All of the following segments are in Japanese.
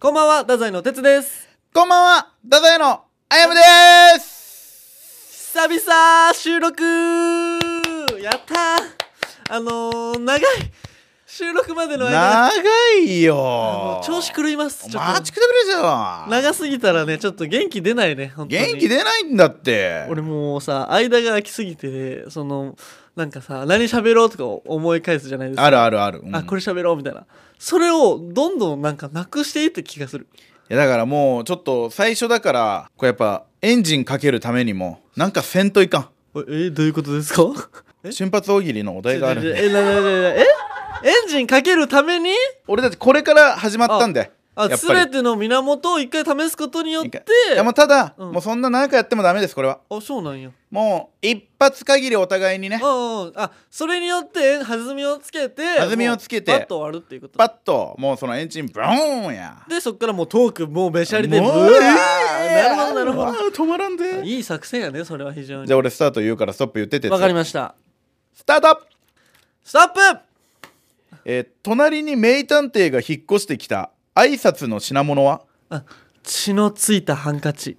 こんばんは、太宰の哲です。こんばんは、ダダヤのあやむです久々収録やったーあのー、長い収録までの間、長いあのよ調子狂います。ちょ待っちとくたびですよ長すぎたらね、ちょっと元気出ないね、本当に。元気出ないんだって俺もうさ、間が空きすぎて、ね、その、なんかさ、何喋ろうとか思い返すじゃないですか。あるあるある、うんあこれ喋ろうみたいなそれをどんどんなんかなくしていって気がするいやだからもうちょっと最初だからこうやっぱエンジンかけるためにもなんかせんといかええどういうことですかえん瞬発大喜利のお題があるんちょちょ でえななななえエンジンかけるために俺たちこれから始まったんであやっぱ全りての源を一回試すことによっ一て回いやもうただ、うんもうそんな何回やってもダメですこれはあそうなんやもう一発限りお互いにねあああそれによって弾みをつけて弾みをつけてもうパッと終わるっていうことパッともうそのエンジンブーンやでそっからもうトークもうべしゃりでもブうワーえなるーほどなるほうわー止まらんどでいい作戦やねそれは非常じゃにあ俺スタート言うからストップ言っててわかりましたスタート、ストップえー隣に名探偵が引っ越してきた挨拶の品物はあ血のついたハンカチ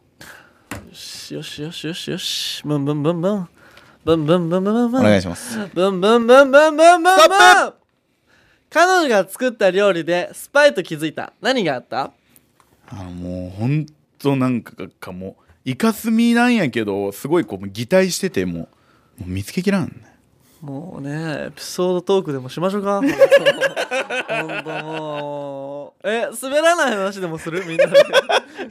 よしよしよしよしよしブンブンブンブンブンブンブンブンブンブンお願いしますブンブンブンブンブンブンブンストッ彼女が作った料理でスパイと気づいた何があったあのもうほんとなんかかもうイカスミなんやけどすごいこう擬態しててもうもう見つけき らんねもうねエピソードトークでもしましょうかほんともうえ滑らない話でもするみんなで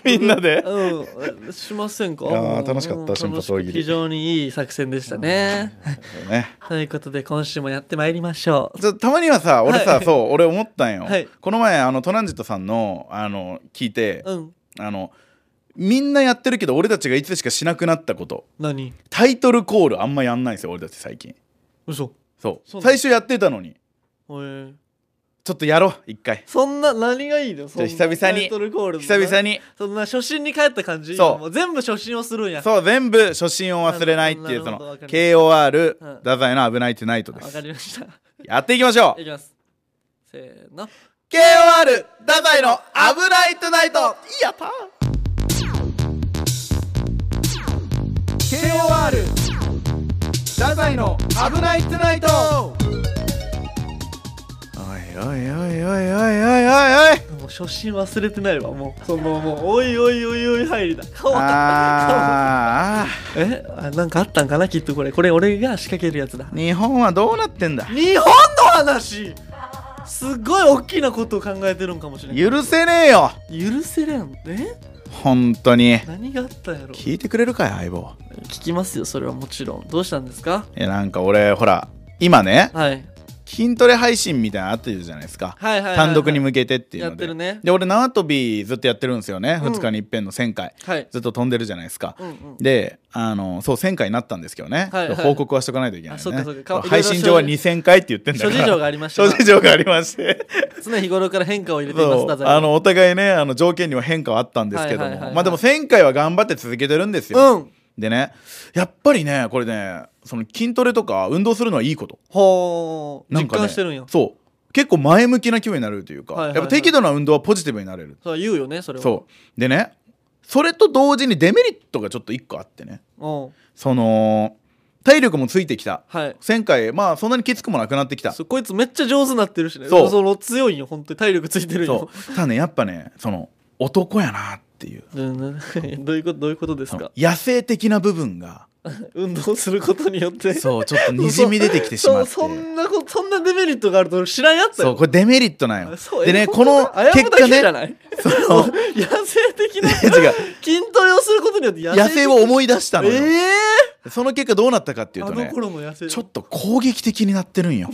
みんなでうんえしませんかいやー楽しかっうたん瞬発大喜楽利しく非常にいい作戦でしたねねということで今週もやってまいりましょうちょたまにはさ俺さ、はいそう俺思ったんよ、はいこの前あのトランジットさんのあの聞いて、うんあのみんなやってるけど俺たちがいつしかしなくなったこと何タイトルコールあんまやんないんですよ俺たち最近嘘そうそうなんだ最初やってたのにへえちょっとやろう一回そんな何がいいのそんな久々にタイトルコールの久々にそんな初心に帰った感じそう今も全部初心をするんやそう全部初心を忘れないっていうそなるほどのわかりました KOR うん太宰の危ないトゥナイトでわすかりましたやっていきましょういきますせーの KOR 太宰の危ないトゥナイトやった KOR 太宰の危ないトゥナイトおいおいおいおいおいおいおいおいもう初心忘れてないわもうそのもうおいおいおいおい入りだ顔あーあえあなんかあったんかなきっとこれこれ俺が仕掛けるやつだー日本はどうなってんだ日本の話すごい大きなことを考えてるんかもしれない許せねえよ許せれんえ本当に何があったんやろ聞聞いてくれるかい相棒きますよそれはもちろんどうしたんですかいやなんか俺ほら今ねはい筋トレ配信みたいなのあってるじゃないですかはいはいはいはい単独に向けてっていうやのっでてるねで俺縄跳びずっとやってるんですよね、うん2日に一遍の1000回はいずっと飛んでるじゃないですか、うんうんであのそう1000回になったんですけどね、はいはい報告はしとかないといけないあねそうかそうかか配信上は2000回って言ってんだ諸から事情がありました諸事情がありまして常日頃から変化を入れていますそう太宰あのお互いねあの条件には変化はあったんですけども、はいはいはいはいまあでも1000回は頑張って続けてるんですよ、うんでねやっぱりねこれねその筋トレとか運動するのはいいことほうな実んか、ね、感してるんやそう結構前向きな気分になれるというか、はいはいはいやっぱ適度な運動はポジティブになれるそう言うよねそれはそうでねそれと同時にデメリットがちょっと一個あってねうんその体力もついてきたはい前回まあそんなにきつくもなくなってきたそそうこいつめっちゃ上手になってるしねそうの強いんよ本当に体力ついてるんようただねやっぱねその男やなっていううんうん どういうことどういうことですそのか野生的な部分が運動することによってそうちょっとにじみ出てきてしそまうってそんなことそんなデメリットがあると俺知らんやったそうよこれデメリットなんよそうでえねこ本当のだ危う結果だけじゃねないそもうの野生的な 違う筋トレをすることによって 野生を思い出したのよ、えその結果どうなったかってえいうあとのね頃の野生ちょっと攻撃的になってる んよ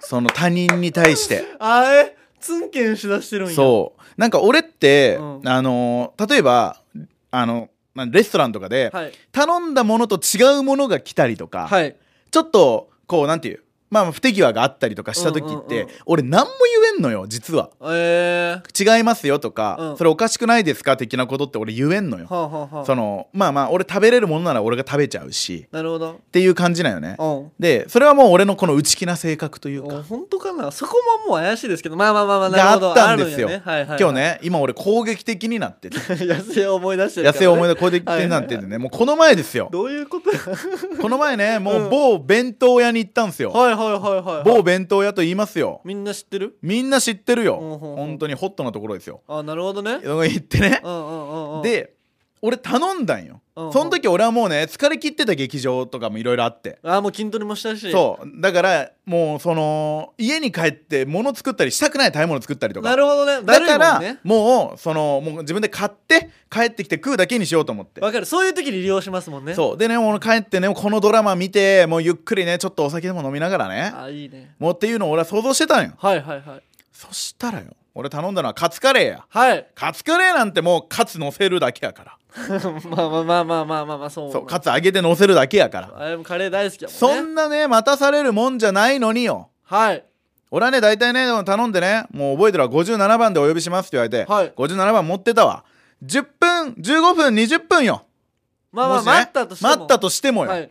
その他人に対してあえツンケンしだしてるんやそうなんか俺って、うんあのー例えばあのまレストランとかで、はい頼んだものと違うものが来たりとか、はいちょっとこうなんていうまあ不手際があったりとかした時っうて、んうんうん俺何も言えんのよ実はえ違いますよとか、うんそれおかしくないですか的なことって俺言えんのよー、はあはあはあそのまあまあ俺食べれるものなら俺が食べちゃうしなるほどっていう感じなんよねうんでそれはもう俺のこの内気な性格というおか本当かなそこももう怪しいですけどまあまあまあまあながるあほどったんですよあるんやねはいはいはい、今日ね今俺攻撃的になっ てて痩せを思い出してるから、痩ね、せを思い出攻撃的になっててねもうこの前ですよどういうことはいこの前ねもううん某弁当屋に行ったんですよはいはいはい某弁当屋と言いますよみんな知ってるみんな知ってるようんうんうん本当にホットなところですよあなるほどねそこ行ってねうんうんうんうんで俺頼んだんようんうんその時俺はもうね疲れ切ってた劇場とかもいろいろあってあもう筋トレもしたしそうだからもうその家に帰って物作ったりしたくない食べ物作ったりとかなるほどねだだかるいもらんねもうそのもう自分で買って帰ってきて食うだけにしようと思ってわかるそういう時に利用しますもんねうそうでねもう帰ってねこのドラマ見てもうゆっくりねちょっとお酒でも飲みながらねあいいねもうっていうのを俺は想像してたんよはいはいはいそしたらよ俺頼んだのはカツカレーやはい。カツカレーなんてもうカツ乗せるだけやからまあまあまあまあまあまあまあそう。そうカツ揚げて乗せるだけやからあれもカレー大好きやもんね。そんなね待たされるもんじゃないのによはい。俺はね大体ねでも頼んでねもう覚えてるわ57番でお呼びしますって言われて、はい57番持ってたわ10分15分20分よまあまあ、もしね待ったとしても。待ったとしてもよ、はい。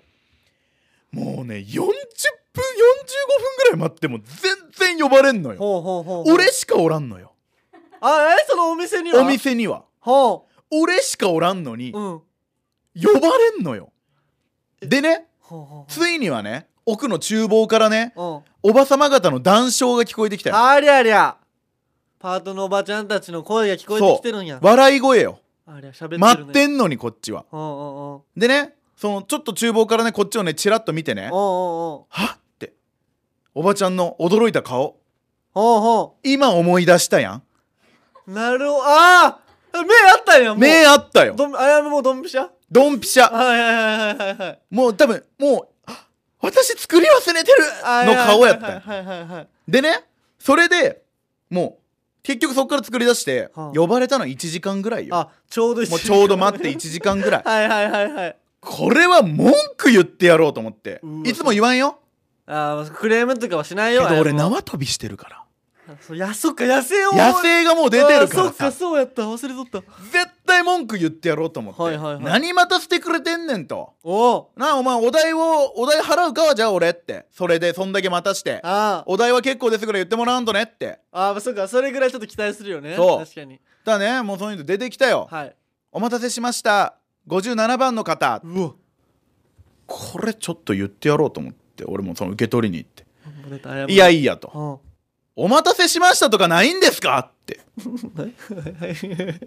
もうね40分45分ぐらい待っても全然呼ばれんのよほうほうほうほう。俺しかおらんのよあ、えそのお店にはお。店にはほ俺しかおらんのにう。う呼ん。ばれんのよでねほうほうついにはね奥の厨房からねほう。うん。おばさま方の談笑が聞こえてきたよありゃりゃ。パートのおばちゃんたちの声が聞こえてきてるんや。笑い声よありゃ、喋ってるね。待ってんのにこっちはうんうんうん。でねそのちょっと厨房からねこっちをねチラッと見てほねうほうほう。はっっておばちゃんの驚いた顔ほうほ今思い出したやんう。なるほど。ああ目あったんや、もう。目ああったよどんあれはもうドンピシャドンピシャはいはいはいはいはい。もう多分もうあ私作り忘れてるあの顔やったよはいはいはいはい。でねそれでもう結局そこから作り出してはあ呼ばれたの1時間ぐらいよあちょうど一緒もうちょうど待って1時間ぐらいはいはいはいはいこれは文句言ってやろうと思ってうわいつも言わんよあークレームとかはしないけよど俺あれも縄跳びしてるからそういやそっか野生を野生がもう出てるかあーそらっかさそうやった忘れとった絶対文句言ってやろうと思って、はいはいはい何待たせてくれてんねんとおおなあお前お代をお代払うかはじゃあ俺ってそれでそんだけ待たしてあーお代は結構ですぐらい言ってもらわんとねってあーそっかそれぐらいちょっと期待するよねそう確かにだねもうそういうの出てきたよ、はいお待たせしました57番の方うわもこれちょっと言ってやろうと思って俺もその受け取りに行ってう出た謝るいやいやとうん はお待たせしましたとかないんですかっていはいはい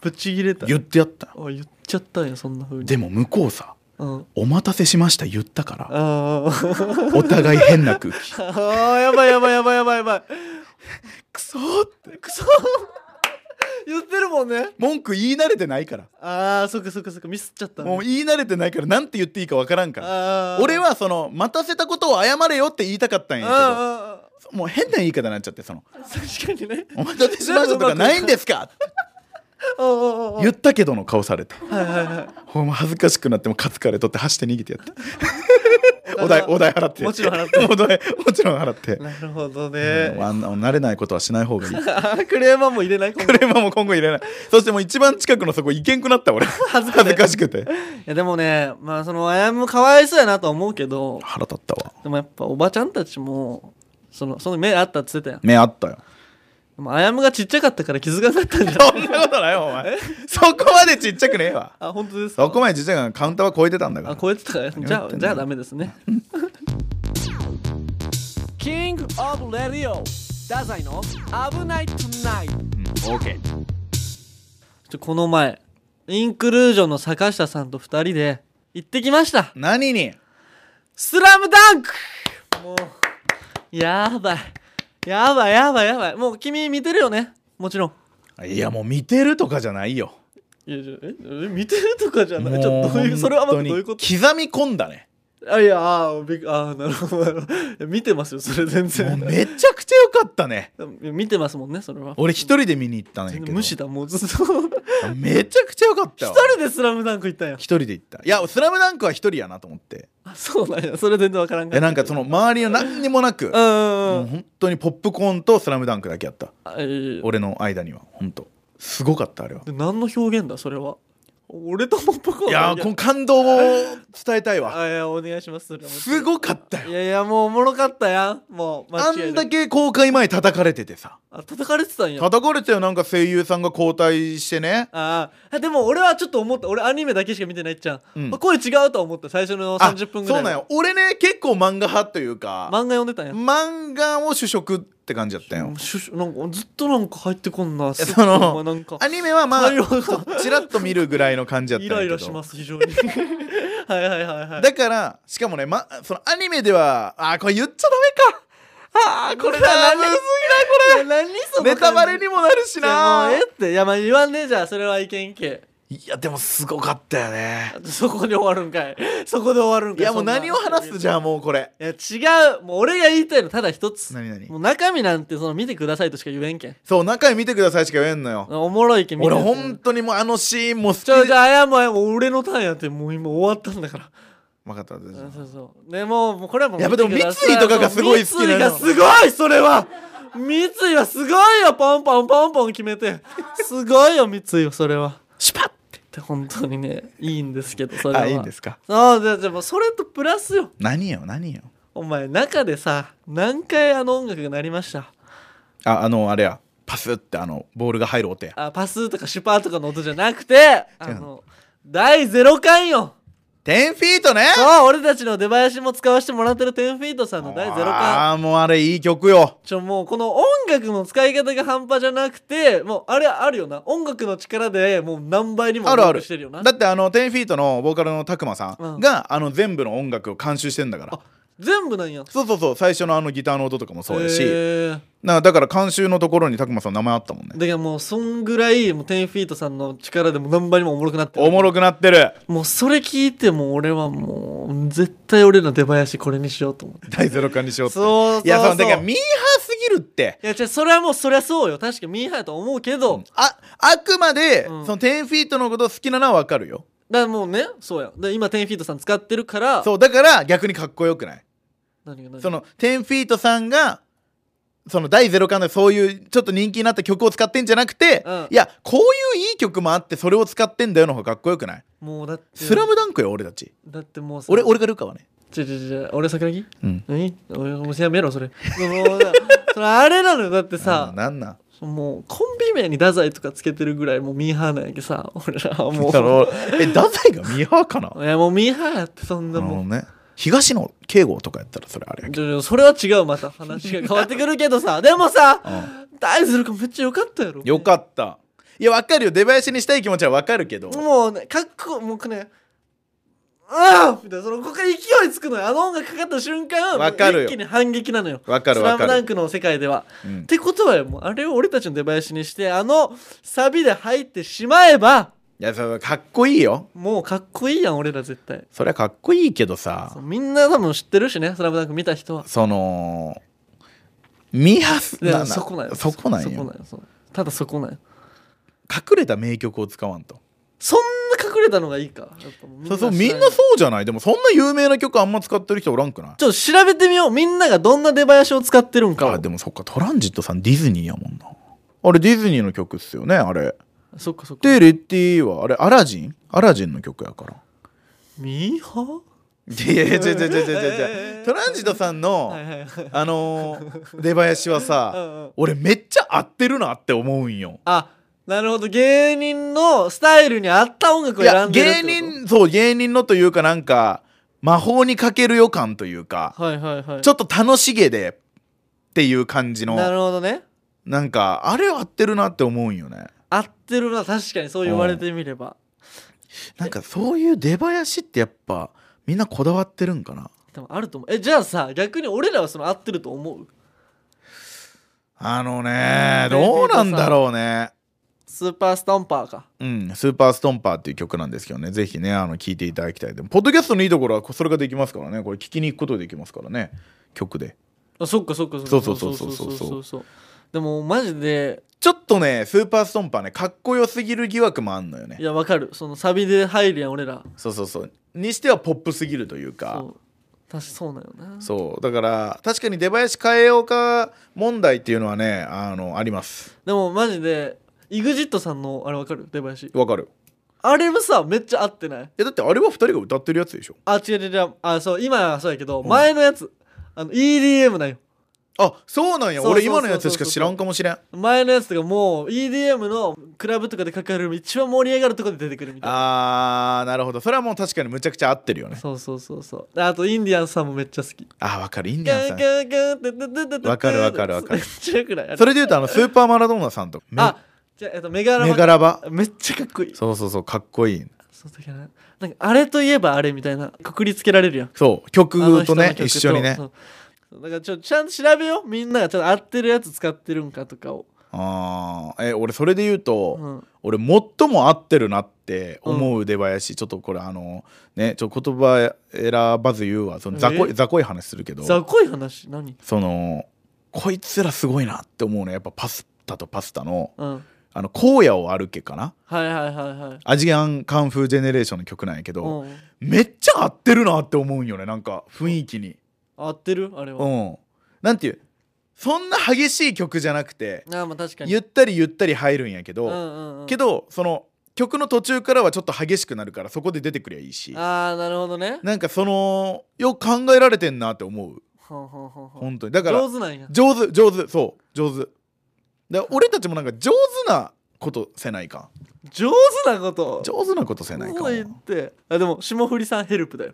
ぶち切れた言ってやったよあ言っちゃったんやそんな風にでも向こうさうんお待たせしました言っ たからあーお互い変な空気あーやばいやばいやばいやばいやばいくそーってくそ言ってるもんね文句言い慣れてないからああそっかそっかそっかミスっちゃったねもう言い慣れてないからなんて言っていいかわからんからあー俺はその待たせたことを謝れよって言いたかったんうんやうけどんうんそもう変な言い方になっちゃってその確かにね「お待たせしました」とか「ないんですか?」ってうん うんうんうん言ったけどの顔されてはいはいはほんま恥ずかしくなってもカツカレー取って走って逃げて やっていお代お代払ってもちろん払って お代もちろん払って なるほどうんねあんな慣れないことはしない方がいいあー クレーマーも入れないこんクなレーマーも今後入れないそしてもう一番近くのそこ行けんくなった俺恥ずか恥しずいかしくていやでもねまあそのあやむかわいそうやなとは思うけど腹立ったわでもやっぱおばちゃんたちもそのその目あったって言ってたやん目あったよでもあやむがちっちゃかったから気づかなかったんじゃないそんなことないよお前 そこまでちっちゃくねえわあ本当ですかそこまでちっちゃくないカウンターは超えてたんだかあら超えてたからじゃ何を言あってんのじゃあダメです ねキングオブレディオダザイの危ないトゥナイトオーケーちょこの前インクルージョンの坂下さんと2人で行ってきました何にスラムダンクもうやばいやばいやばいやばいもう君見てるよねもちろんいやもう見てるとかじゃないよいやいやええ見てるとかじゃないちょもっとどういうそれはまたどういうこ本当に刻み込ん だねとあいやあーびっあーなるほどなるほどいや見てますよそれ全もう然めちゃくちゃ良かったねいや見てますもんねそれは俺一人で見に行ったんやけど無視だもうずっと一めちゃくちゃ良かったわ人でスラムダンク行ったんや一人で行ったいや「スラムダンクは一人やなと思ってあそうなんやそれ全然わからんえなんかそのの周りは何にもなくう、んうんもううん本当にポップコーンと「スラムダンクだけやったあいい俺の間には本当すごかったあれはで何の表現だそれは俺とポップコーンいやーこの感動を伝えたいわあいやお願いしますそれはもちろんすごかったよいやいやもうおもろかったやんもうあ間違いんなだくけ公開前叩かれててさあ叩かれてたんや叩かれてよなんか声優さんが交代してねあーあでも俺はちょっと思った俺アニメだけしか見てないっちゃん、うん声違うとは思った最初のあ30分ぐらいそうなんよ俺ね結構漫画派というか漫画読んでたんや漫画を主食って感じだったよもうシュシュなんかずっとなんか入ってこんなすそのお前なんかアニメはまあ会話がちょっとちらっと見るぐらいの感じだったんイやけどライラします非常 にはいはいはいはいだからしかもね、ま、そのアニメではあーこれ言っちゃダメかあーこれだ何むずいいや何そのネタバレにもなるしいやなもうええっていやまあ言わんねえじゃあそれはいけんけいやでもすごかったよねそこで終わるんかいそこで終わるんかいやもうそんな何を話すじゃあもうこれいや違うもう俺が言いたいのただ一つ何何もう中身なんてその見てくださいとしか言えんけんそう中身見てくださいしか言えんのよおもろいけん見て俺本当にもうあのシーンも好きちょじゃあ謝れもう俺のターンやってもう今終わったんだから分かった私うんそうそうでもうもうこれはもうやっぱでも見てくださ三井とかがすごい好そきなのう三井がすごいそれは三井はすごいよポンポンポンポン決めてすごいよ三井はそれはシュパッって本当にねいいんですけどそれはあいいんですかそうででもそれとプラスよ何よ何よお前中でさ何回あの音楽が鳴りましたああのあれやパスってあのボールが入る音やあパスとかシュパーとかの音じゃなくてあの第0回よ10フィート ねそう俺たちの出囃子も使わせてもらってる10フィートさんの第0回ああもうあれいい曲よちょもうこの音楽の使い方が半端じゃなくてもうあれあるよな音楽の力でもう何倍にもあるあるしてるよなだってあの10フィートのボーカルのたくまさうんんが、あの全部の音楽を監修してんだからあ全部なんやそうそうそう最初のあのギターの音とかもそうやし、へーなだから監修のところにたくまさんの名前あったもんねだからもうそんぐらいもう10フィートさんの力でも何倍にもおもろくなってるおもろくなってるもうそれ聞いてもう俺はもう絶対俺の出囃子これにしようと思って 第ゼロ感にしようってそうそうそういやそのだからミーハーすぎるっていや違うそれはもうそりゃそうよ確かミーハーやと思うけど、だかああくまで、うんその10フィートのこと好きなのはわかるよらもうねそうやで今10フィートさん使ってるからそうだから逆にかっこよくない何が何がその10フィートさんがその第ゼロ感でそういうちょっと人気になった曲を使ってんじゃなくて、うんいやこういういい曲もあってそれを使ってんだよの方がかっこよくないもうだってスラムダンクよ俺たちだってもうさ俺俺がルカはね違う違う違う俺桜木うん何俺もうやめろそれ もうだそれあれなのよだってあさなんなんもうコンビ名に太宰とかつけてるぐらいもうミーハーなんやけどさ俺らはもだうろえ太宰がミーハーかな いやもうミーハーやってそんななるほもどんね東野圭吾とかやったらそれあれやけちょちょそれは違うまた話が変わってくるけどさでもさど、うん大ズル君めっちゃ良かったやろよかったいやわかるよ出囃子にしたい気持ちはわかるけどもうねかっこもうねああみたいなそのここから勢いつくのよあの音楽かかった瞬間わかもうるよ一気に反撃なのよわかるわスラムかダるンクの世界ではうっんてことはよもうあれを俺たちの出囃子にしてあのサビで入ってしまえばいやそれかっこいいよもうかっこいいやん俺ら絶対それはかっこいいけどさそうみんな多分知ってるしね「スラムダンク見た人はそのミーハースいやなそこなんよそこなんよそこなんよそうただそこなんよ隠れた名曲を使わんとそんな隠れたのがいいかやっぱもうみんなそうそう知みらんよなそうじゃないでもそんな有名な曲あんま使ってる人おらんくないちょっと調べてみようみんながどんな出囃子を使ってるんかあをでもそっかトランジットさんディズニーやもんなあれディズニーの曲っすよねあれそっかそっかテレティはあれアラジンアラジンの曲やからミーハー いやいや違う違う違う違う違えうトランジットさんの、はいはいはいあのー出囃子はうさんうん俺めっちゃ合ってるなって思うんよあなるほど芸人のスタイルに合った音楽いをや選んでるって芸こと人そう芸人のというかなんか魔法にかける予感というかはいはいはいちょっと楽しげでっていう感じのななるほどねんかあれ合ってるなって思うんよね合ってるな確かにそう言われてみれば、なんかそういう出囃子ってやっぱみんなこだわってるんかなでもあると思うえじゃあさ逆に俺らはその合ってると思うあのねどうなんだろうねスーパーストンパーかうん、スーパーストンパーっていう曲なんですけどね、ぜひね、あの、聴いていただきたい。でも、ポッドキャストのいいところは、こそれができますからね、これ、聴きに行くことできますからね、曲で。あそっかそっかそっかそうそうそうそうそうそうそうそうそうでもマジでちょっとねスーパーストンパーねかっこよすぎる疑惑もあんのよねいやわかるそのサビで入るやん俺らそうそうそうにしてはポップすぎるというかそう確かそうなんよなそうだから確かに出囃子変えようか問題っていうのはねあのありますでもマジで EXIT さんのあれわかる出囃子わかるあれもさめっちゃ合ってないいやだってあれは2人が歌ってるやつでしょあ違う違う違うあそう今はそうやけど、うん前のやつあの EDM なんよあそうなんやそうそう俺そうそう今のやつしか知らんかもしれん前のやつとかもう EDM のクラブとかでかかる一番盛り上がるとこで出てくるみたいなあーなるほどそれはもう確かにむちゃくちゃ合ってるよねそうそうそうそうであとインディアンスさんもめっちゃ好きあーわかるインディアンガさンんガンガンってててててわかるわかるわかるめっちゃよくないあれ それでいうとあのスーパーマラドーナさんとか めあじゃあえっとメガラメマガラバめっちゃかっこいいそうそうそうかっこいいそうだからなんかあれといえばあれみたいなくくりつけられるやんそうあの曲人とのね曲一緒にねそうそうだからちょちゃんと調べようみんながちゃんと合ってるやつ使ってるんかとかを、あーえ俺それで言うと、うん、俺最も合ってるなって思う出囃子、ちょっとこれあのねちょっと言葉選ばず言うわその雑魚いえ雑魚い話するけど雑魚い話何そのこいつらすごいなって思うのはやっぱパスタとパスタのうんあの荒野を歩けかなはいはいはいはいアジアンカンフージェネレーションの曲なんやけど、うんめっちゃ合ってるなって思うんよねなんか雰囲気に合ってるあれうは、んなんていうそんな激しい曲じゃなくてああまあ確かにゆったりゆったり入るんやけど、うんうんうん、けどその曲の途中からはちょっと激しくなるからそこで出てくりゃいいしああなるほどねなんかそのよく考えられてんなって思うほんほんほんほん本当にだから上手なんや上手上手そう上手だから俺たちもなんか上手なことせないか上手なこと上手なことせないかそう言ってあでも霜降りさんヘルプだよ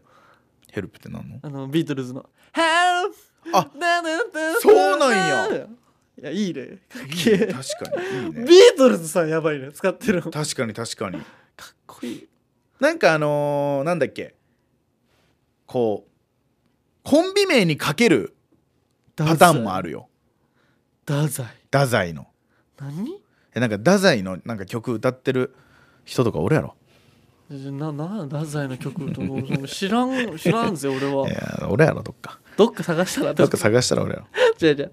ヘルプってなんのあのビートルズの「ヘルプ!」あなななそうなんやいやいいねかっけいいねえ確かにいいねビートルズさんやばいね使ってるのか確かに確かにっこいいなんかあのーなんだっけこうコンビ名にかけるパターンもあるるよ太宰太宰の何えなんか太宰のなんか曲歌ってる人とか俺やろなな太宰の曲とか知らん知らんぜ俺 はいや俺やろどっかどっか探したらどっか探したら俺やろ違う違う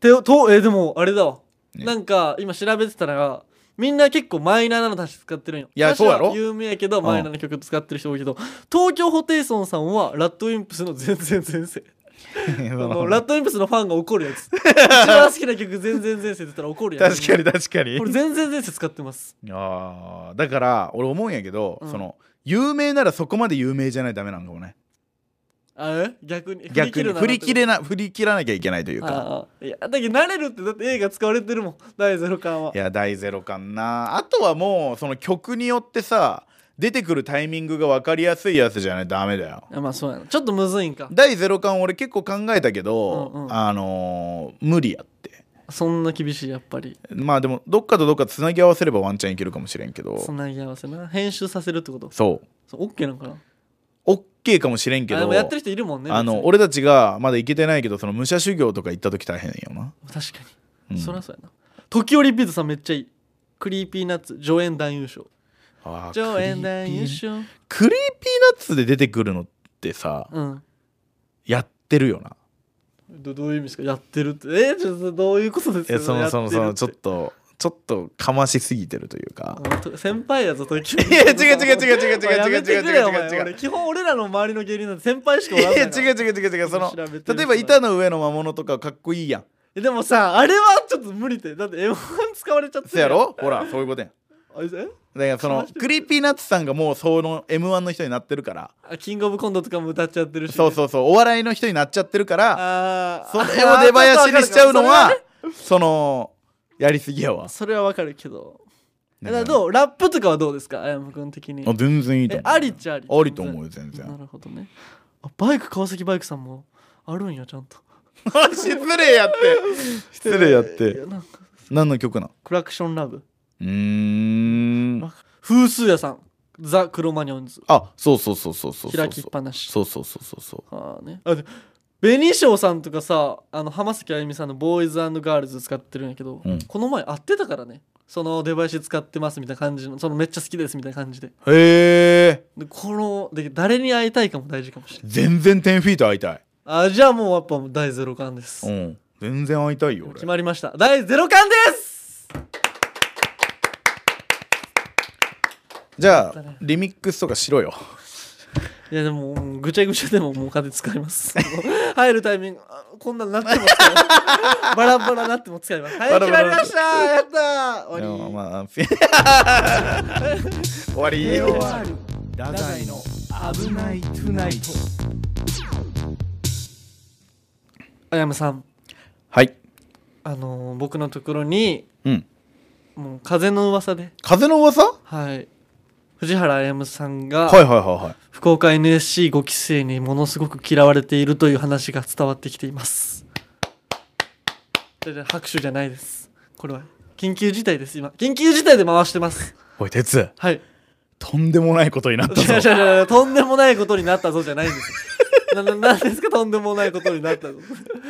てとえでもあれだわ、ねなんか今調べてたのがみんな結構マイナーなの歌詞使ってるんよいや歌詞はそうやろ有名やけうどんマイナーな曲使ってる人多いけど、東京ホテイソンさんはラッドウィンプスの全然前世あ のラッドウィンプスのファンが怒るやつ一番好きな曲全然前世って言ったら怒るやつ確かに確かにこれ全然前世使ってますあーだから俺思うんやけど、うんその有名ならそこまで有名じゃないとダメなんかもねあえ逆に逆に振り切れなな振り切らなきゃいけないというかああいやだけど慣れるってだって映画使われてるもん第ゼロ感はいや大ゼロ感なあとはもうその曲によってさ出てくるタイミングが分かりやすいやつじゃないとダメだよあまあそうやなちょっとむずいんか第ゼロ感俺結構考えたけど、うんうんあのー無理やってそんな厳しいやっぱりまあでもどっかとどっかつなぎ合わせればワンチャンいけるかもしれんけどつなぎ合わせな編集させるってことそうそうオッケーなのかなオッケーかもしれんけあでどもやってる人いるもんねあの別に俺たちがまだ行けてないけどその武者修行とか行った時大変よな、確かうに、んそりゃそうやな時折ビートさんめっちゃいいクリーピーナッツ上演男優賞あー上演男優クリーピー賞クリーピーナッツで出てくるのってさうんやってるよなどどういう意味ですかやってるってえちょっとどういうことですかえそのそのそのちょっととちょっとかましすぎてるというか先輩やぞ時折 いや違う違う違う違う違う違うお前や違う違めうてくれよお前違う違俺う基本俺らの周りの芸人なんて先輩しかおらんいやから違う違う違う違うその調べてる人例えば板の上の魔物とかかっこいいやんえでもさあれはちょっと無理ってだって M1 使われちゃってるそやろほらそういうことやんあえだからそのクリーピーナッツさんがもうその m 1の人になってるからあキングオブコントとかも歌っちゃってるしそうそうそうお笑いの人になっちゃってるからあそれを出囃子にしちゃうのはそのやりすぎやわそれはわかるけどえだだかかららどうラップとかはどうですかあやむくん的にあ全然いいとえ思うありっちゃありありと思うよ全然なるほどねあバイク川崎バイクさんもあるんやちゃんと 失礼やって 失礼やっいてやなんか何の曲なんクラクションラブうーん風数屋さんザ・クロマニョンズあそうそうそうそうそうそう開きっぱなしそうそうそうそうそあーねあで紅翔さんとかさあの浜崎あゆみさんのボーイズガールズ使ってるんやけど、うんこの前会ってたからねそのデバイス使ってますみたいな感じのそのめっちゃ好きですみたいな感じでうへえでこので誰に会いたいかも大事かもしれない全然10フィート会いたいあじゃあもうやっぱもう第ゼロ感です、うん全然会いたいよ俺決まりました第0巻ですじゃあリミックスとかしろよいやでもうんぐちゃぐちゃでももう金使います 入るタイミングあこんなんなってますから バラバラなっても使いますはいバ決まラバりラましたやったーで終わもり、まあ 終わり AOR ダダイの危ないトゥナイトあやむさんはいあのー僕のところにうんもう風の噂で風の噂ははい藤原あやむさんいがはいはいはい福岡 NSC5 期生にものすごく嫌われているという話が伝わってきていますそれで拍手じゃないですこれは緊急事態です今緊急事態で回してますおい鉄はいとんでもないことになっいや たいぞやいやとんでもないことになったぞじゃないんです なななんですかとんでもないことになったぞ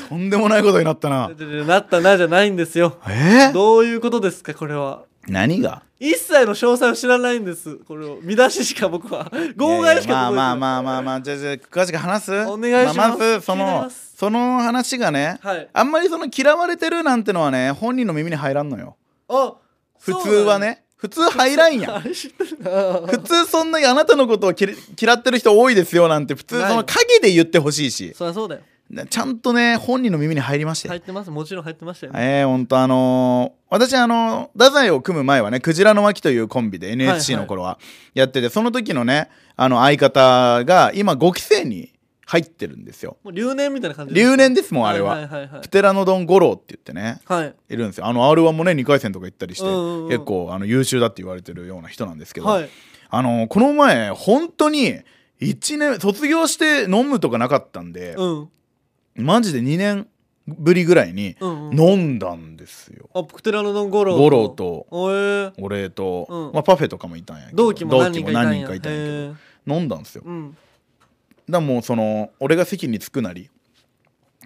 とんでもないことになった ないやいやなったなじゃないんですよえー、どういうことですかこれは何が一切の詳細を知らないんですこれを見出ししか僕は号外しか届いまあてないまあまあまあまあじゃあじゃあ詳しく話すお願いしますあまずそ気になりのますその話がね、はいあんまりその嫌われてるなんてのはね本人の耳に入らんのよあ普通はね普通入らんそうやなん だんあれ知ってるな普通そんなにあなたのことをきれ嫌ってる人多いですよなんて普通ないその陰で言ってほしいしそりゃそうだよねちゃんとね本人の耳に入りまして、入ってますもちろん入ってましたよね、ええほんとあのー私あの太宰を組む前はねクジラの脇というコンビで NSC はいはいの頃はやってて、その時のねあの相方が今5期生に入ってるんですよもう留年みたいな感じ留年ですもんあれは、いはいはいはいプテラノドン五郎って言ってねはいいるんですよあの r 1もね2回戦とか行ったりして、うんうんうん結構あの優秀だって言われてるような人なんですけど、はいあのこの前本当に1年卒業して飲むとかなかったんで、うんマジで2年ぶりぐらいにうんうん飲んだんですよ、あプクテラノドンゴロ五郎とおえーお礼と、うんまあ、パフェとかもいたんやけど同期も何人かいたんや同期も何人かいたんへやけーど飲んだんですよだかうんらもうその俺が席に着くなり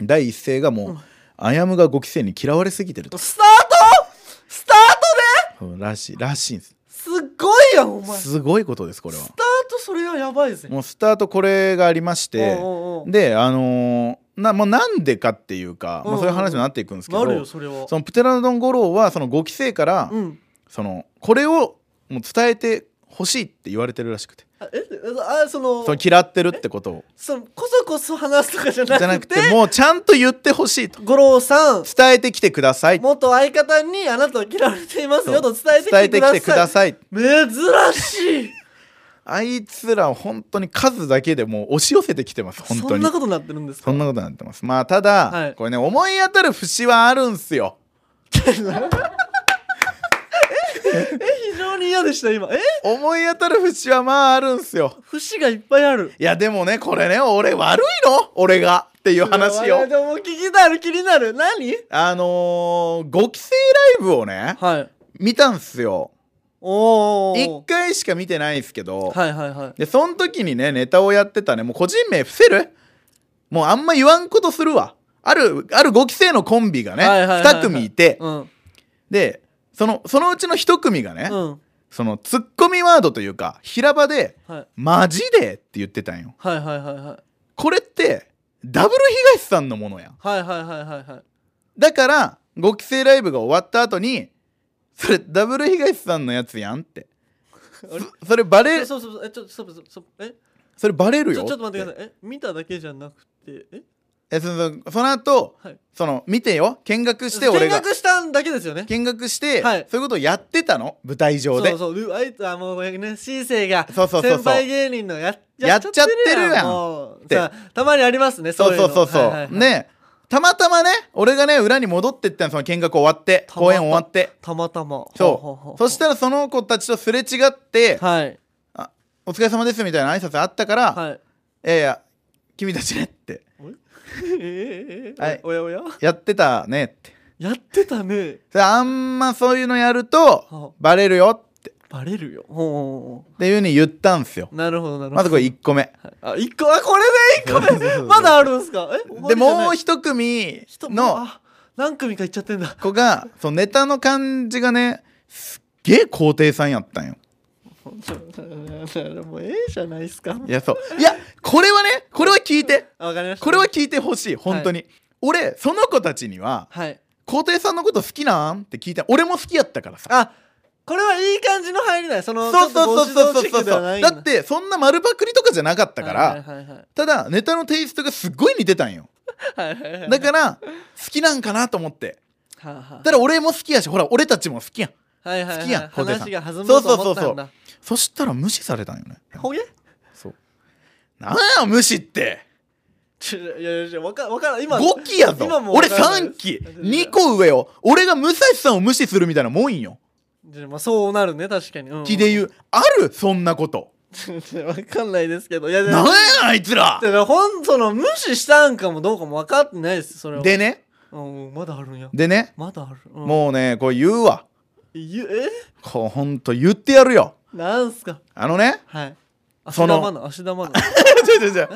第一声がもう、うんアヤムが5期生に嫌われすぎてると、スタートスタートでうんらしいらしいんですすっごいやんお前スすごいことですこれはタートそれはやばいぜもうスタートこれがありましておうおうおうであのーなまあ、なんでかっていうか、まあ、そういう話になっていくんですけど、なるよそれはそのプテラノドン五郎はその5期生から、うんそのこれをもう伝えてほしいって言われてるらしくてあえあそのその嫌ってるってことをそのこそこそ話すとかじゃじゃななくくててもうちゃんと言ってほしいと五郎さん伝えてきてください元相方にあなたは嫌われていますよと伝えてき伝えてきててくくだだささいい珍しいあいつら本当に数だけでもう押し寄せてきてます本そ当んになことになってるんですそかんなことになってますまあただ、はいこれね思い当たる節はあるんす よえ非常に嫌でした今え思い当たる節はまああるんすよ節がいっぱいあるいやでもねこれね俺悪いの俺がっていう話いやよでも聞きたい気になる何あのー、5期生ライブをねはい見たんすよおー1回しか見てないんすけど、はいはいはいでその時にねネタをやってたねもう個人名伏せるもうあんま言わんことするわあるある5期生のコンビがね、はいはいはいはい2組いて、うんでそのそのうちの1組がね、うんそのツッコミワードというか平場ではい「マジで」って言ってたんよはいはいはいはいこれってダブル東さんのものやんはいはいはいはいはいだから5期生ライブが終わった後にそれダブル東さんのやつや んってあれそそれバレえそそうそうそうえちょっとストップストップストップえれバレるちよょちょっと待ってくっださいえ見ただけじゃなくてえてえそのその後はいその見てよ見学して俺が見学したんだけですよね見学して、はいそういうことをやってたの舞台上でそうそううあいつはもう NSC 生がそうそうそうそう先輩芸人のやっやっちゃってるやんもうってさたまにありますねそそうういうのそうそうそうはいはいはいねたまたまね俺がね裏に戻ってったのその見学終わってたまた公演終わってたまたまそうそしたらその子たちとすれ違ってらはい「お疲れ様です」みたいな挨拶あったから「はいいやいや君たちね」ってえーはいおやおや「やってたね」ってやってたねそれあんまそういうのやるとはバレるよってっバレるよほうていうふうに言ったんすよなるほどなるほどまずこれ1個目はい あ一個あこれで一個そうそう目そうまだあるんすかえ終わでりじゃもなうい1組人ものあ何組かいっちゃってんだ子がそのネタの感じがねすっげえ皇帝さんやったんよもうええじゃないですかいやそういやこれはねこれは聞いてあわかりましたこれは聞いてほしい本当に、俺その子たちにははい皇帝さんのこと好きなんって聞いた俺も好きやったからさあこれはいい感じの入りだよそのそうそうそうそうそうそうだっだてそんな丸パクリとかじゃなかったから、はいはいはいただネタのテイストがすっごい似てたんよはいはいはいはいだから好きなんかなと思ってはあはあただ俺も好きやしほら俺たちも好きやんはいはいはい好きやん小手さ話んが弾むと思っそうそうたそんうだそしたら無視されたんよねほげそうなんや無視ってちょいやいやいやわかわからん今5期やぞ今もう俺わからない3期2個上よ俺が武蔵さんを無視するみたいなもんよじゃあまあそうなるね確かにうん気で言うあるそんなことちょっとわかんないですけどいやでもなんやあいつらだからほんその無視したんかもどうかも分かってないですそれはでねうんまだあるんやでねまだある、うん、もうねこれ言うわゆえこうほんと言ってやるよなんすかあのねはい足その玉の足玉の 違う違う違う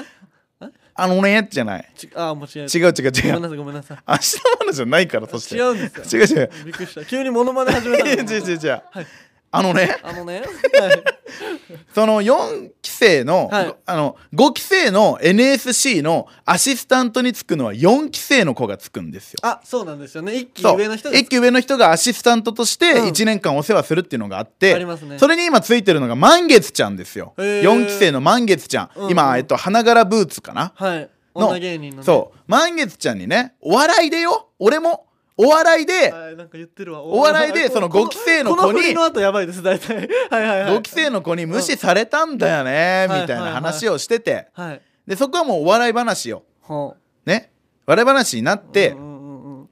あのねじゃないちあーもう違う違う違うごめんなさい違うごめんなさい明日の話じゃないからそして違うんですよ違 う違うびっくりした急にモノマネ始めたの 違う違う違うあのねあの ねその4期生の、はいあの5期生の NSC のアシスタントにつくのは4期生の子がつくんですよ。あそうなんですよね一期そう上の人が一期上の人がアシスタントとしてうん1年間お世話するっていうのがあって、ありますねそれに今ついてるのが満月ちゃんですよへー4期生の満月ちゃん、うん今、えっと、花柄ブーツかな、はいの女芸人の、ね、そう満月ちゃんにねお笑いでよ俺もお笑いではいなんか言ってるわお笑いでそのこ5期生のこ子の振りにの後やばいです大体 はいはいはい5期生の子に無視されたんだよねうんみたいな話をしててはいでそこはもうお笑い話よほね笑い話になっうてう、んうんうんうん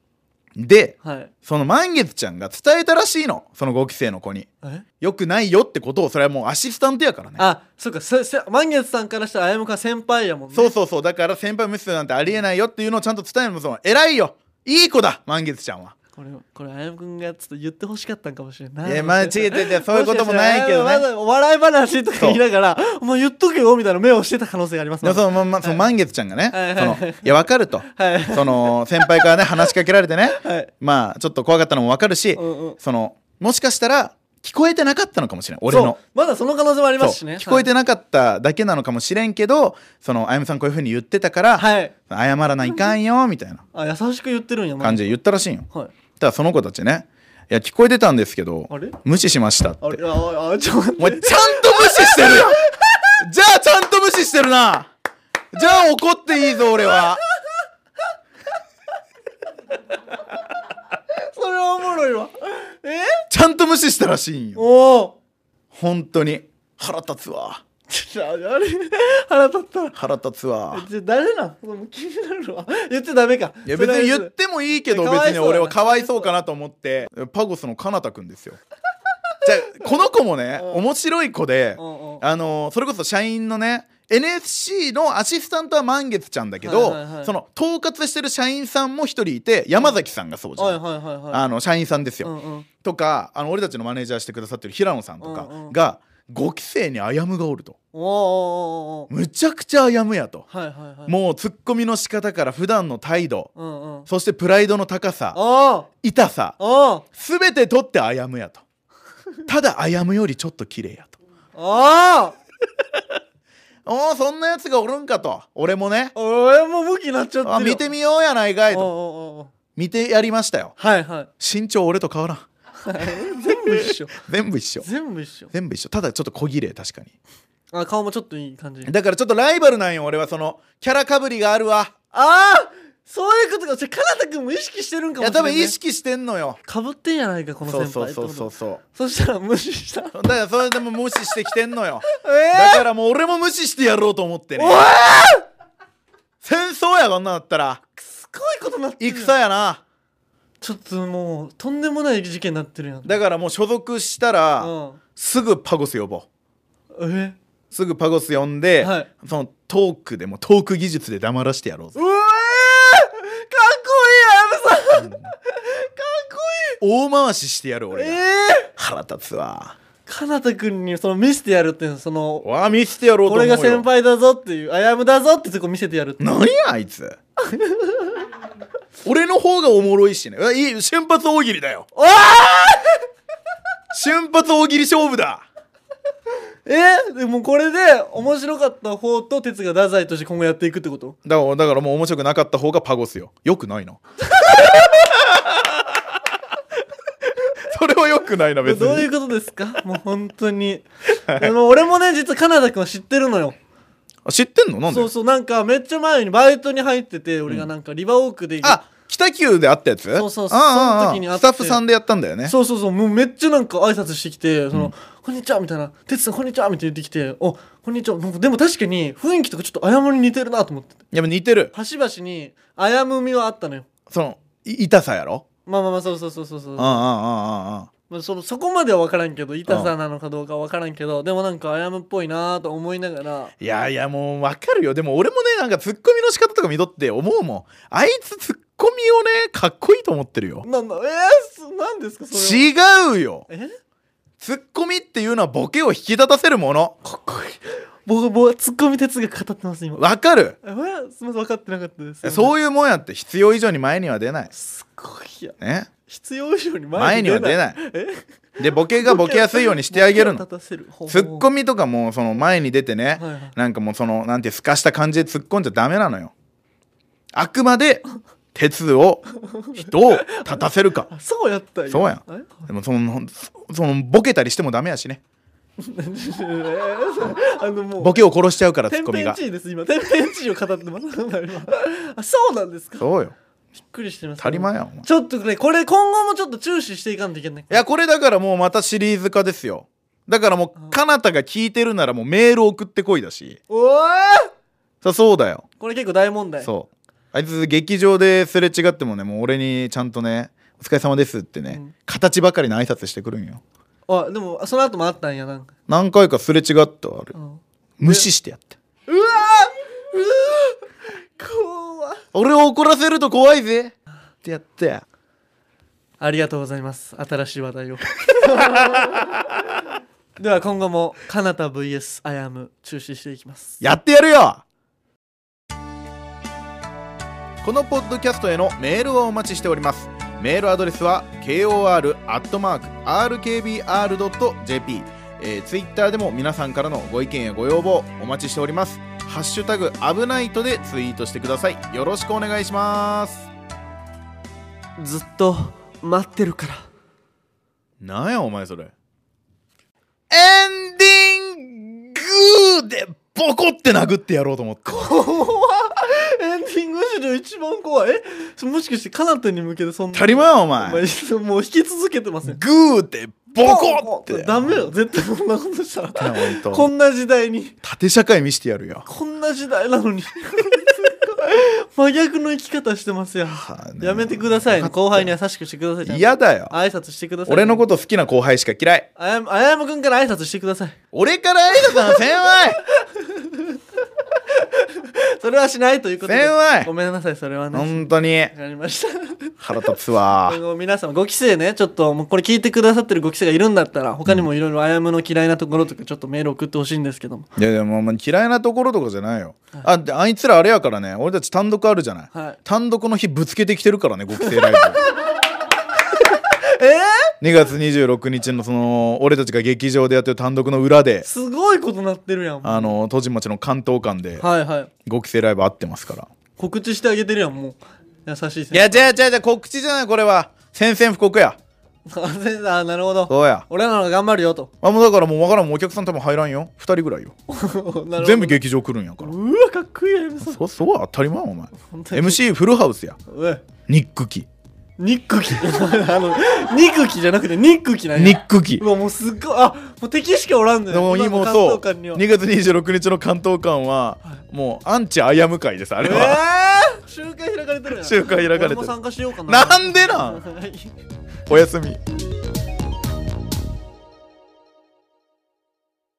ではいその満月ちゃんが伝えたらしいのその5期生の子にえよくないよってことをそれはもうアシスタントやからねあそっかせせ満月さんからしたらあやむか先輩やもんねそうそうそうだから先輩無視するなんてありえないよっていうのをちゃんと伝えるのもその偉いよいい子だ満月ちゃんはこれこれあやむくんがちょっと言ってほしかったんかもしれないいやまあ違う違う違うそういうこともないけどもしかしたらあやむまねだお笑い話とか言いながらお前言っとけよみたいな目をしてた可能性がありますでもそのままその満月ちゃんがね、はいそはいはいのいやわかるとはいその先輩からね話しかけられてねはいまあちょっと怖かったのもわかるし、うんうんそのもしかしたら聞こえてなかったのかもしれない俺そうのまだその可能性もありますしそうね聞こえてなかっただけなのかもしれんけどそのあやむさんこういうふうに言ってたから、はいはい謝らないかんよみたいなあ優しく言ってるんやまだ感じで言ったらしいんよはいただその子たちねいや聞こえてたんですけどあれ無視しましたってあれああちょっとお待って前ちゃんと無視し てるよじゃあちゃんと無視してるなじゃあ怒っていいぞ俺はそれはおもろいわえちゃんと無視したらしいんよおお本当に腹立つわちょあれ腹立ったわ腹立つわじゃあ誰なんもう気になるわ言っちゃダメかいや別に言ってもいいけど別に俺はかかわわいいそそううだかなと思ってパゴスのかなたくんですよじゃあこの子もねうん面白い子でうんうんあのーそれこそ社員のね NSC のアシスタントは満月ちゃんだけど、はいはいはいその統括してる社員さんも一人いて山崎さんがそうじゃん、はいはいはいはいあの社員さんですよ、うんうんとかあの俺たちのマネージャーしてくださってる平野さんとかうんうんが5期生にあやむがおるとおーおーおーおーむちゃくちゃあやむやとはいはいはいもうツッコミの仕方から普段の態度うんうんそしてプライドの高さおー痛さおー全て取ってあやむやとただあやむよりちょっと綺麗やとおーおおそんなやつがおるんかと俺もね俺もう向きになっちゃってるあ見てみようやないかおいーとおーおー見てやりましたよはいはい身長俺と変わらん全部一緒全部一緒 全部一緒全部一緒ただちょっと小綺麗確かにあ顔もちょっといい感じだからちょっとライバルなんよ俺はそのキャラかぶりがあるわああそういうことかじゃあかなたくんも意識してるんかいもしやれ多ない分意識してんのよかぶってんやないかこの先そう輩そうそうってそこうそとそうしたら無視したえだからそれでも無視してきてんのよだえからもう俺も無視してやろうと思ってねおー戦争やこんなんだったらすごいことなってるやん戦やなちょっともうとんでもない事件になってるやんだからもう所属したら、うすぐパゴス呼ぼうんえすぐパゴス呼んで、はいそのトークでもトーク技術で黙らしてやろうぜうえー、かっこいいあやむさんかっ大回ししてやるこいい俺えが、え腹立つわかなたくんにその見せてやるっていうのそのわあ見せてやろうと思俺うよが先輩だぞっていうあやむだぞってとこ見せてやるって何やあいつ 俺の方がおもろいしねうわいい瞬発大喜 利だよおー瞬発大喜利勝負だえでもこれで面白かった方と哲が太宰として今後やっていくってことだからだからもう面白くなかった方がパゴスよよくな いなそれはよくないな別どういうにことです かもう本当にでも俺もね実はカナダ君は知ってるのよあ知ってんのなんでそうそうなんかめっちゃ前にバイトに入ってて俺がなんかリバウォークで、あ北急で会ったやつそうそうああああその時に会ってスタッフさんでやったんだよねそうそうそうもうめっちゃなんか挨拶してきて「そのうんこんにちは」みたいな「哲さんこんにちは」みたいな言ってきて「おこんにちは」もうでも確かに雰囲気とかちょっとあやむに似てるなと思っていや似てる端々にあやむみはあったのよそのい痛さやろまあまあまあそうそうそうそうそうあああああああまあ、そのそこまでは分からんけど痛さなのかどうかは分からんけどでもなんかあやむっぽいなと思いながらいやいやもう分かるよでも俺もねなんかツッコミの仕方とか見とって思うもんあいつツッコミをねかっこいいと思ってるよなんだえーそ、なんですかそれは違うよえツッコミっていうのはボケを引き立たせるものかっこいい僕僕ツッコミ哲学語ってます今わかるえーすみません分かってなかったですうそういうもんやって必要以上に前には出ないすごいやね必要以上に前前にには出いないえでボケがボケやすいようにしてあげるのボケを立たせる方法ツッコミとかもその前に出てねはいはいなんかもうそのなんていうすかした感じで突っ込んじゃダメなのよあくまで鉄を人を立たせるかあそうやったんそうやんえ でもそのそのボケたりしてもダメやしねえーそうあのもうボケを殺しちゃうからツ天ッコミ変が地異です今天変地異を語ってます 今あそうなんですかそうよびっくりしてます当たり前やんお前いちょっとねこれ今後もちょっと注視していかんといけないやこれだからもうまたシリーズ化ですよだからもうかなたが聞いてるならもうメール送ってこいだしおーさそうだよこれ結構大問題そうあいつ劇場ですれ違ってもねもう俺にちゃんとね「お疲れ様です」ってね、うん形ばかりの挨拶してくるんよあでもその後もあったんやなんか、何回かすれ違ったあるうん、うわ無視してやってーうわー怖っ俺を怒らせると怖いぜってやってありがとうございます新しい話 題をでは今後もかなた VS アヤム中止していきますやってやるよこのポッドキャストへのメールをお待ちしておりますメールアドレスは kor.rkbr.jp えー、ツイッターでも皆さんからのご意見やご要望お待ちしておりますハッシュタグ危ないとでツイートしてくださいよろしくお願いしますずっと待ってるからなんやお前それエンディングでボコって殴ってやろうと思って怖っエンディング史上一番怖いえもしかしてかなたに向けてそんな当たり前やお前お前もう引き続けてませんグーでボコってダメよ絶対こんなことしたらほんとこんな時代に縦社会見してやるよこんな時代なのに 真逆の生き方してますやんはあねやめてくださいねわかったよ後輩に優しくしてください嫌だよ挨拶してください俺のこと好きな後輩しか嫌いあやむあやむくんから挨拶してください俺から挨拶なの先 輩それはしないということでせんわいごめんなさいそれはねわ本当にかりました 腹立つわあの皆様ご規制ねちょっともうこれ聞いてくださってるご規制がいるんだったら他にもいろいろあやむの嫌いなところとかちょっとメール送ってほしいんですけどもいやでもまあ嫌いなところとかじゃないよあであいつらあれやからね俺たち単独あるじゃない、はい単独の日ぶつけてきてるからね極性ライブ え2月26日のその俺たちが劇場でやってる単独の裏ですごいことなってるやんはあの戸島町の関東間でいはい極性ライブ会ってますから告知してあげてるやんもう優しい先いや、違う違う違う、告知じゃない、これは。宣戦布告や。生あなるほどそうや。俺らの方が頑張るよとあ、もうだからもうわからん、もうお客さん多分入らんよ。二人ぐらいよ。なるほど 全部劇場来るんやから。うわかっこいいやんそ、そうは当たり前やお前。本当に MC フルハウスや。おいニックキ。ニックキ あのニックキじゃなくてニックキなんやニックキう。わもうすっごいあもう敵しかおらんのでよも今もう今のそう、関東官には2月26日の関東間は、もうアンチアヤム会です、あれは。えー、集会開かれてるやん集会開かれて る俺も参加しようかななんでなんおやすみ。